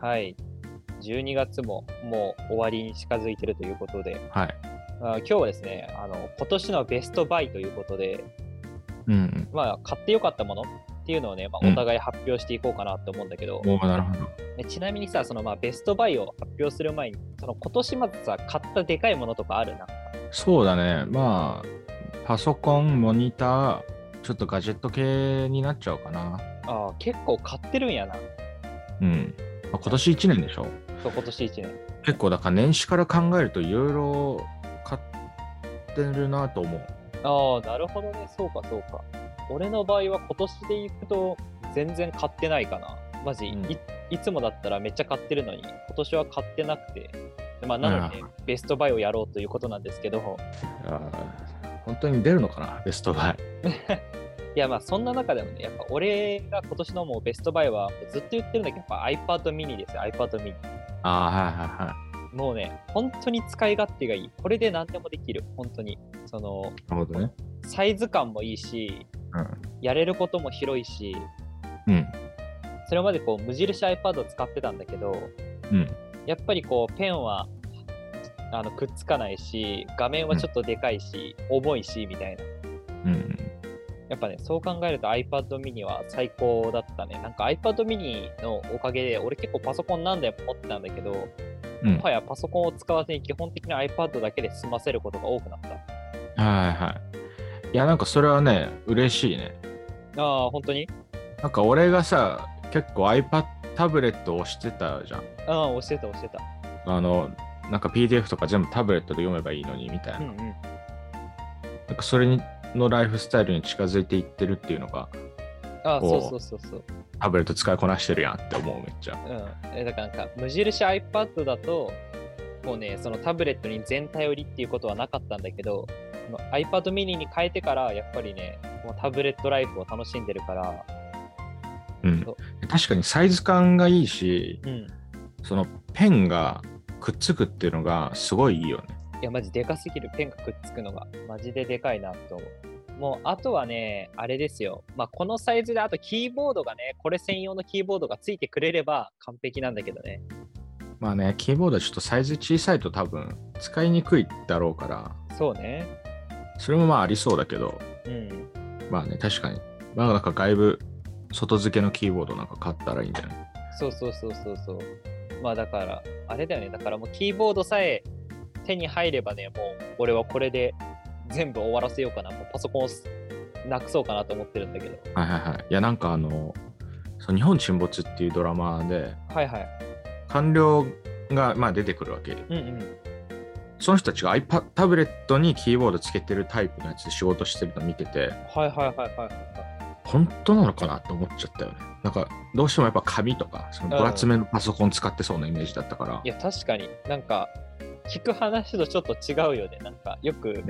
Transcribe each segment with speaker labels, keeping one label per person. Speaker 1: はい。12月ももう終わりに近づいてるということで、
Speaker 2: はい。
Speaker 1: あ今日はですねあの、今年のベストバイということで、
Speaker 2: うん
Speaker 1: まあ、買ってよかったものっていうのをね、まあ、
Speaker 2: うん
Speaker 1: お互い発表していこうかなと思うんだけど、
Speaker 2: うん。おーなるほど。
Speaker 1: ねちなみにさ、そのまあベストバイを発表する前に、その今年まずさ、買ったでかいものとかあるな。
Speaker 2: そうだね。まあ、パソコン、モニター、ちょっとガジェット系になっちゃうかな。
Speaker 1: あー結構買ってるんやな、
Speaker 2: うん。まあ、今年1年でしょ
Speaker 1: そう今年1年。
Speaker 2: 結構だから年始から考えるといろいろ買ってるなと思う。
Speaker 1: ああ、なるほどね、そうかそうか。俺の場合は今年で行くと全然買ってないかな。マジ、
Speaker 2: うん
Speaker 1: いいつもだったらめっちゃ買ってるのに、今年は買ってなくて、まあ、なので、
Speaker 2: う
Speaker 1: ベストバイをやろうということなんですけど、
Speaker 2: 本当に出るのかなベストバイ。
Speaker 1: いやまあそんな中でもね、やっぱ俺が今年のもうベストバイはずっと言ってるんだけど、やっぱ iPad mini ですよ、iPad mini。
Speaker 2: ああ、はいはいはい。
Speaker 1: もうね、本当に使い勝手がいい。これで何でもできる、本当に。その、
Speaker 2: なるほどね。
Speaker 1: サイズ感もいいし、やれることも広いし、
Speaker 2: うん。うん。
Speaker 1: それまでこう無印 iPad を使ってたんだけど、
Speaker 2: うん。
Speaker 1: やっぱりこうペンはあのくっつかないし、画面はちょっとでかいし、重いしみたいな。
Speaker 2: うん。
Speaker 1: やっぱね、そう考えると iPad mini は最高だったね。なんか iPad mini のおかげで、俺結構パソコン何台も持ってたんだけど、
Speaker 2: うん。
Speaker 1: もはやパソコンを使わずに基本的に iPad だけで済ませることが多くなった。
Speaker 2: はいはい。いや、なんかそれはね、嬉しいね。
Speaker 1: ああ、本当に
Speaker 2: なんか俺がさ、結構 iPad、タブレットを押してたじゃん。
Speaker 1: ああ、押してた押してた。
Speaker 2: あの、なんか PDF とか全部タブレットで読めばいいのにみたいな。
Speaker 1: うんうん。
Speaker 2: なんかそれにのライフスタイルに近づいていってるっていうのが、
Speaker 1: ああ、
Speaker 2: お
Speaker 1: そう
Speaker 2: う
Speaker 1: そうそうそう。
Speaker 2: タブレット使いこなしてるやんって思う、めっちゃ。
Speaker 1: うん、えだからなんか無印 iPad だともうねそのタブレットに全体寄りっていうことはなかったんだけどこの iPad mini に変えてからやっぱりねもうタブレットライフを楽しんでるから、
Speaker 2: うん
Speaker 1: そう。
Speaker 2: 確かにサイズ感がいいし、
Speaker 1: うん、い
Speaker 2: そのペンがくっつくっていうのがすごいいいよね。
Speaker 1: やマジでかすぎるペンがくっつくのがマジででかいなと思うもうあとはねあれですよ、まあ、このサイズであとキーボードがねこれ専用のキーボードがついてくれれば完璧なんだけどね
Speaker 2: まあね、キーボードはちょっとサイズ小さいと多分使いにくいだろうから、
Speaker 1: そうね
Speaker 2: それもまあありそうだけど、
Speaker 1: うん
Speaker 2: まあね、確かに。まあなんか外部外付けのキーボードなんか買ったらいいんじゃない
Speaker 1: そうそうそうそうそう。まあだから、あれだよね。だからもうキーボードさえ手に入ればね、もう俺はこれで全部終わらせようかな。もうパソコンをすなくそうかなと思ってるんだけど。
Speaker 2: はいはいはい。いやなんかあの、そう日本沈没っていうドラマで、
Speaker 1: はいはい。
Speaker 2: 官僚がまあ出てくるわけ。
Speaker 1: うんうん。
Speaker 2: その人たちが iPad、タブレットにキーボードつけてるタイプのやつで仕事してるの見てて、
Speaker 1: はいはいはいはいはい。
Speaker 2: 本当なのかなと思っちゃったよね。なんかどうしてもやっぱ紙とか、その分厚めのパソコン使ってそうなイメージだったから。
Speaker 1: いや、確かになんか、聞く話とちょっと違うよね。なんか、よく、
Speaker 2: ね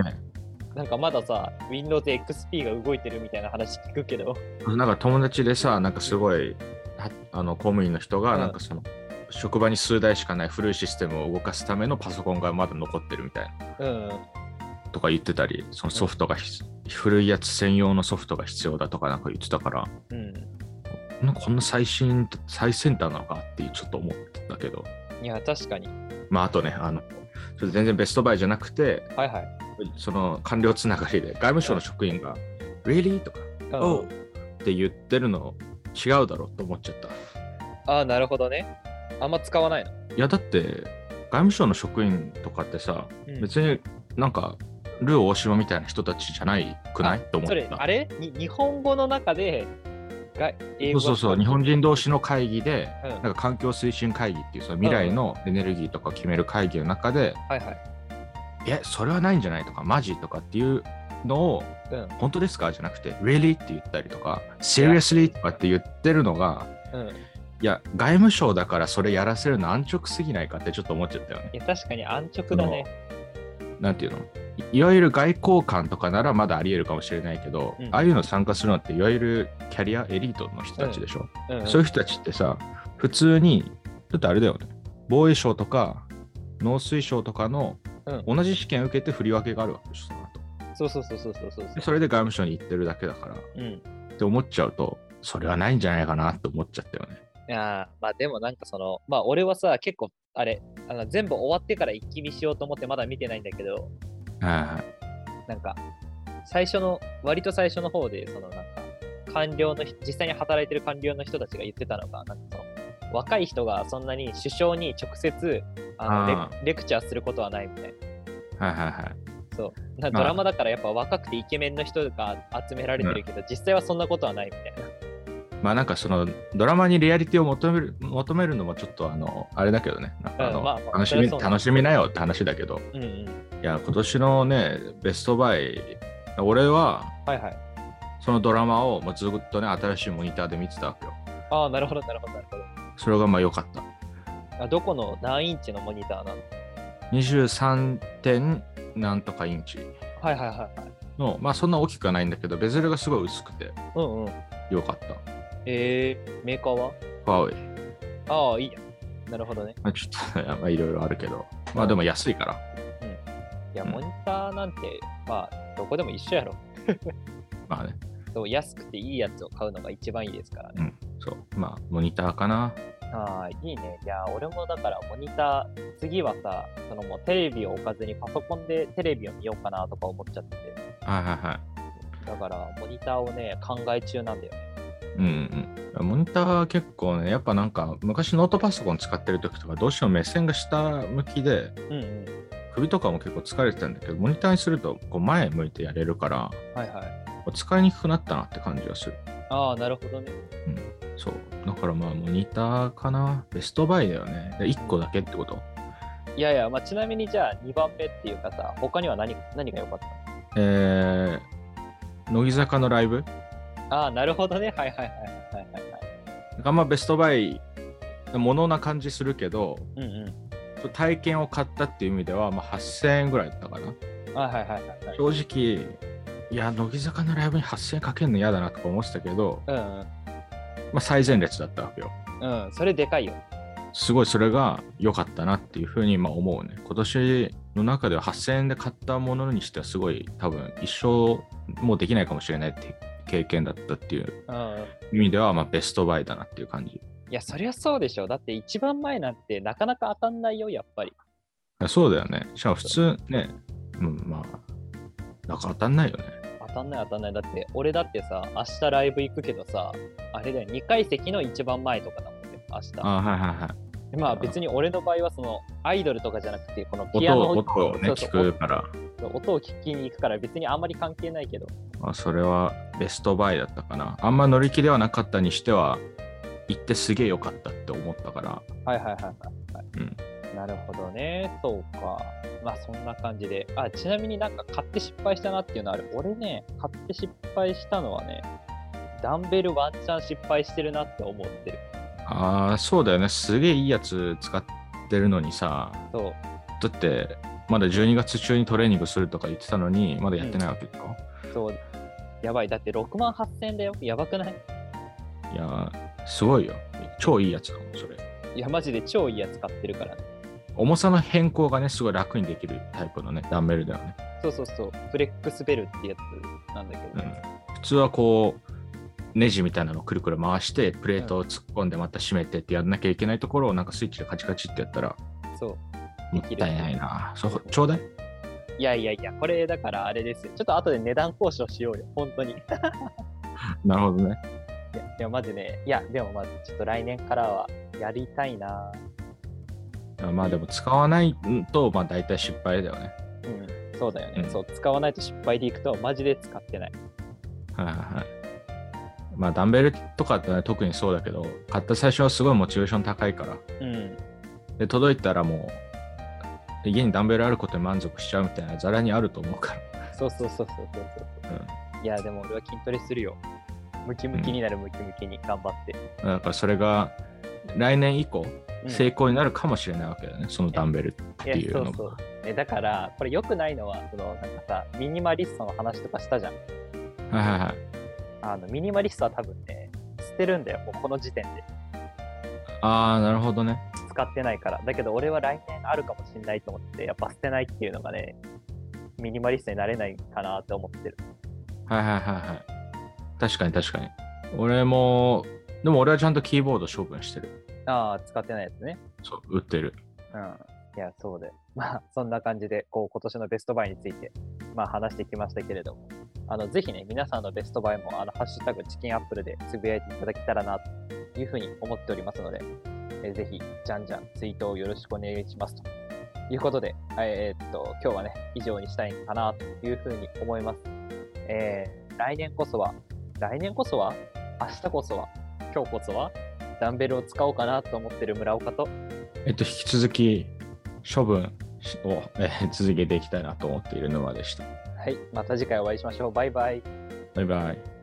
Speaker 1: なんかまださ、Windows XP が動いてるみたいな話聞くけど。
Speaker 2: なんか友達でさ、なんかすごい、はあの公務員の人
Speaker 1: う
Speaker 2: が、
Speaker 1: ん
Speaker 2: なんかその、職場に数台しかない古いシステムを動かすためのパソコンがまだ残ってるみたいな
Speaker 1: うん。
Speaker 2: とか言ってたり、そのソフトがひ、古いやつ専用のソフトが必要だとかなんか言ってたから、
Speaker 1: うん。
Speaker 2: なんかこんな最新、最先端なのかっていうちょっと思ったけど、
Speaker 1: いや、確かに。
Speaker 2: まああとね、あの、それ全然ベストバイじゃなくて、
Speaker 1: はいはい。
Speaker 2: その官僚つながりで外務省の職員が、Really? とか、
Speaker 1: うん
Speaker 2: Oh! って言ってるの違うだろうと思っちゃった。
Speaker 1: ああ、なるほどね。あんま使わないの。
Speaker 2: いやだって外務省の職員とかってさ
Speaker 1: うん
Speaker 2: 別になんかルー大島みたいな人たちじゃないくないと思っ
Speaker 1: それ
Speaker 2: た
Speaker 1: あれに日本語の中でが英語
Speaker 2: そうそうそう日本人同士の会議で
Speaker 1: うん
Speaker 2: なんか環境推進会議っていうその未来のエネルギーとか決める会議の中で
Speaker 1: はいはい
Speaker 2: 「えそれはないんじゃない?」とか「マジ?」とかっていうのを
Speaker 1: うん
Speaker 2: 「本当ですか?」じゃなくて「Really?」って言ったりとか「Seriously?」とかって言ってるのが
Speaker 1: うん
Speaker 2: いや外務省だからそれやらせるの安直すぎないかってちょっと思っちゃったよね。
Speaker 1: いや確かに安直だね
Speaker 2: なんていうのいいわゆる外交官とかならまだありえるかもしれないけど、
Speaker 1: うん
Speaker 2: ああいうの参加するのっていわゆるキャリアエリートの人たちでしょ、
Speaker 1: うんうん
Speaker 2: そういう人たちってさ普通にちょっとあれだよね防衛省とか農水省とかの
Speaker 1: うん
Speaker 2: 同じ試験受けて振り分けがあるわけでしょその後
Speaker 1: そうそうそうそうそうそう
Speaker 2: でそれで外務省に行ってるだけだからっ
Speaker 1: うん
Speaker 2: て思っちゃうとそれはないんじゃないかなって思っちゃったよね
Speaker 1: いやーまあでもなんかその、まあ俺はさ、結構あれ、あの全部終わってから一気見しようと思ってまだ見てないんだけど、
Speaker 2: は
Speaker 1: なんか最初の、割と最初の方で、そのなんか、官僚の人、実際に働いてる官僚の人たちが言ってたのが、なんかその、若い人がそんなに首相に直接あの
Speaker 2: あ
Speaker 1: レレクチャーすることはないみたいな。
Speaker 2: いはいはいはい。
Speaker 1: そうな
Speaker 2: まあ
Speaker 1: ドラマだからやっぱ若くてイケメンの人が集められてるけど、実際はそんなことはないみたいな。
Speaker 2: まあなんかそのドラマにリアリティを求める求めるのもちょっとあのあれだけどね、なんかあの
Speaker 1: うんまあまあ
Speaker 2: 楽し
Speaker 1: それ
Speaker 2: み
Speaker 1: はそうなんだ
Speaker 2: 楽しみなよって話だけど、
Speaker 1: うんうん。
Speaker 2: いや、今年のね、ベストバイ、俺は
Speaker 1: はいはい。
Speaker 2: そのドラマをもうずっとね、新しいモニターで見てたわけよ。
Speaker 1: ああ、なるほど、なるほど、なるほど。
Speaker 2: それがまあ良かった。
Speaker 1: あどこの何インチのモニターなの
Speaker 2: 23. 点なんとかインチ
Speaker 1: はいはいはいはい。
Speaker 2: の、まあそんな大きくはないんだけど、ベゼルがすごい薄くて
Speaker 1: うんうん。
Speaker 2: 良かった。
Speaker 1: えー、メーカーは
Speaker 2: ファーウェイ。
Speaker 1: ああ、いいや。なるほどね。
Speaker 2: まあ、ちょっとね、 まあいろいろあるけど、まあでも安いから。
Speaker 1: いや、
Speaker 2: うん
Speaker 1: モニターなんて、まあ、どこでも一緒やろ。
Speaker 2: まあね、
Speaker 1: そう安くていいやつを買うのが一番いいですからね。
Speaker 2: うん、そう。まあ、モニターかな。
Speaker 1: ああ、いいね。いや、俺もだから、モニター、次はさ、そのもうテレビを置かずにパソコンでテレビを見ようかなとか思っちゃってて。
Speaker 2: はいはいはい。
Speaker 1: だから、モニターをね、考え中なんだよね。
Speaker 2: うんうん、モニター結構ね、やっぱなんか昔ノートパソコン使ってる時とかどうしても目線が下向きで
Speaker 1: うんうん。
Speaker 2: 首とかも結構疲れてたんだけどモニターにするとこう前向いてやれるから
Speaker 1: はいはい。
Speaker 2: こう使いにくくなったなって感じがする。
Speaker 1: ああ、なるほどね。
Speaker 2: そう。だからまあモニターかな。ベストバイだよね。で1個だけってこと。
Speaker 1: いやいや、まあ、ちなみにじゃあ2番目っていうかさ、他には何何が良かった
Speaker 2: えー、乃木坂のライブ
Speaker 1: のああ、なるほどね。はいはいはいはいはいはい。
Speaker 2: あんまベストバイものな感じするけど
Speaker 1: うんう
Speaker 2: ちょっと体験を買ったっていう意味では、まあ、8000円ぐらいだったかな。
Speaker 1: ん。はいはいはいはいはい。
Speaker 2: 正直いや乃木坂のライブに8000円かけるの嫌だなとか思ってたけど、
Speaker 1: うん
Speaker 2: まあ、最前列だったわけよ
Speaker 1: うん。うん、それでかいよ。
Speaker 2: すごいそれが良かったなっていうふうにまあ思うね今年の中では8000円で買ったものにしてはすごい多分一生もうできないかもしれないっていう経験だったっていう
Speaker 1: うん。
Speaker 2: 意味ではまあベストバイだなっていう感じ
Speaker 1: いや、そりゃそうでしょ。だって一番前なんてなかなか当たんないよ、やっぱり。
Speaker 2: そうだよねしかも普通ね、うん、まあなんか当たんないよね
Speaker 1: 当たんない当たんない。だって、俺だってさ、明日ライブ行くけどさ、あれだよ、2階席の一番前とかだもんね、明
Speaker 2: あ
Speaker 1: 日。
Speaker 2: あはいはいはい
Speaker 1: まあ
Speaker 2: うん
Speaker 1: 別に俺の場合はそのアイドルとかじゃなくて、このピア
Speaker 2: 音
Speaker 1: ノ
Speaker 2: を音をね
Speaker 1: そうそう
Speaker 2: 聞くから
Speaker 1: 音を聞きに行くから別にあんまり関係ないけど。
Speaker 2: まあ、それはベストバイだったかな。あんま乗り気ではなかったにしては、行ってすげえ良かったって思ったから。
Speaker 1: はいはいはいはい、はいなるほどね。そうか。まあそんな感じで。あ、ちなみになんか買って失敗したなっていうのある。俺ね、買って失敗したのはね、ダンベルワンチャン失敗してるなって思ってる。
Speaker 2: ああ、そうだよね。すげえいいやつ使ってるのにさ、
Speaker 1: そう。
Speaker 2: だって、まだ12月中にトレーニングするとか言ってたのに、まだやってないわけでしょ。
Speaker 1: そう。やばい。だって6万8000円だよ。やばくない
Speaker 2: いやー、すごいよ。超いいやつだもん、それ。
Speaker 1: いや、マジで超いいやつ買ってるからね。
Speaker 2: 重さの変更がね、すごい楽にできるタイプのね、ダンベルだよね。
Speaker 1: そうそうそう。フレックスベルってやつなんだけ
Speaker 2: う
Speaker 1: ど。
Speaker 2: ん。普通はこう、ネジみたいなのをくるくる回して、プレートを突っ込んでまた締めてってやんなきゃいけないところを、なんかスイッチでカチカチってやったら、
Speaker 1: そう。
Speaker 2: もったいないな。そうちょうだい。
Speaker 1: いやいやいや、これだからあれですよ。ちょっと後で値段交渉しようよ。本当に。
Speaker 2: なるほどね。
Speaker 1: いや、いやマジね、いや、でもまずちょっと来年からはやりたいな。
Speaker 2: まあでも使わないと、まあ大体失敗だよね。
Speaker 1: うん、そうだよね、
Speaker 2: うん
Speaker 1: そう、使わないと失敗でいくと、マジで使ってない。
Speaker 2: はいはいはい。まあダンベルとかってね、特にそうだけど、買った最初はすごいモチベーション高いから。
Speaker 1: うん、
Speaker 2: で、届いたらもう、家にダンベルあることに満足しちゃうみたいな、ざらにあると思うか
Speaker 1: そうそうそうそうそう
Speaker 2: ら。う
Speaker 1: そう。いや、でも俺は筋トレするよ。ムキムキになる、ムキムキに頑張って。
Speaker 2: ん。だからそれが、来年以降、
Speaker 1: うん
Speaker 2: 成功になるかもしれないわけだよね、そのダンベルって
Speaker 1: い
Speaker 2: い
Speaker 1: やそ
Speaker 2: うの
Speaker 1: うそ
Speaker 2: も。
Speaker 1: う。えだから、これ良くないのは、その、なんかさ、ミニマリストの話とかしたじゃん。
Speaker 2: はいはいはい。
Speaker 1: あの、ミニマリストは多分ね、捨てるんだよ、もうこの時点で。
Speaker 2: ああ、なるほどね。
Speaker 1: 使ってないから。だけど俺は来年あるかもしれないと思って、やっぱ捨てないっていうのがね、ミニマリストになれないかなって思ってる。
Speaker 2: はいはいはいはい。確かに確かに。俺もでも俺はちゃんとキーボード処分してる。
Speaker 1: ああ、使ってないやつね。
Speaker 2: そう、売ってる。
Speaker 1: うん。いや、そうで。 まあ、そんな感じで、こう、今年のベストバイについて、まあ、話してきましたけれども、あの、ぜひね、皆さんのベストバイも、あの、ハッシュタグチキンアップルでつぶやいていただけたらな、というふうに思っておりますので、えぜひ、じゃんじゃんツイートをよろしくお願いします。ということで、えーっと、今日はね、以上にしたいかな、というふうに思います。えー来年こそは、来年こそは、明日こそは、今日こそは、ダンベルを使おうかなと思ってる村岡と、
Speaker 2: えっと、引き続き、処分を、えー続けていきたいなと思っている沼でした。
Speaker 1: はい、また次回お会いしましょう。バイバイ。
Speaker 2: バイバイ。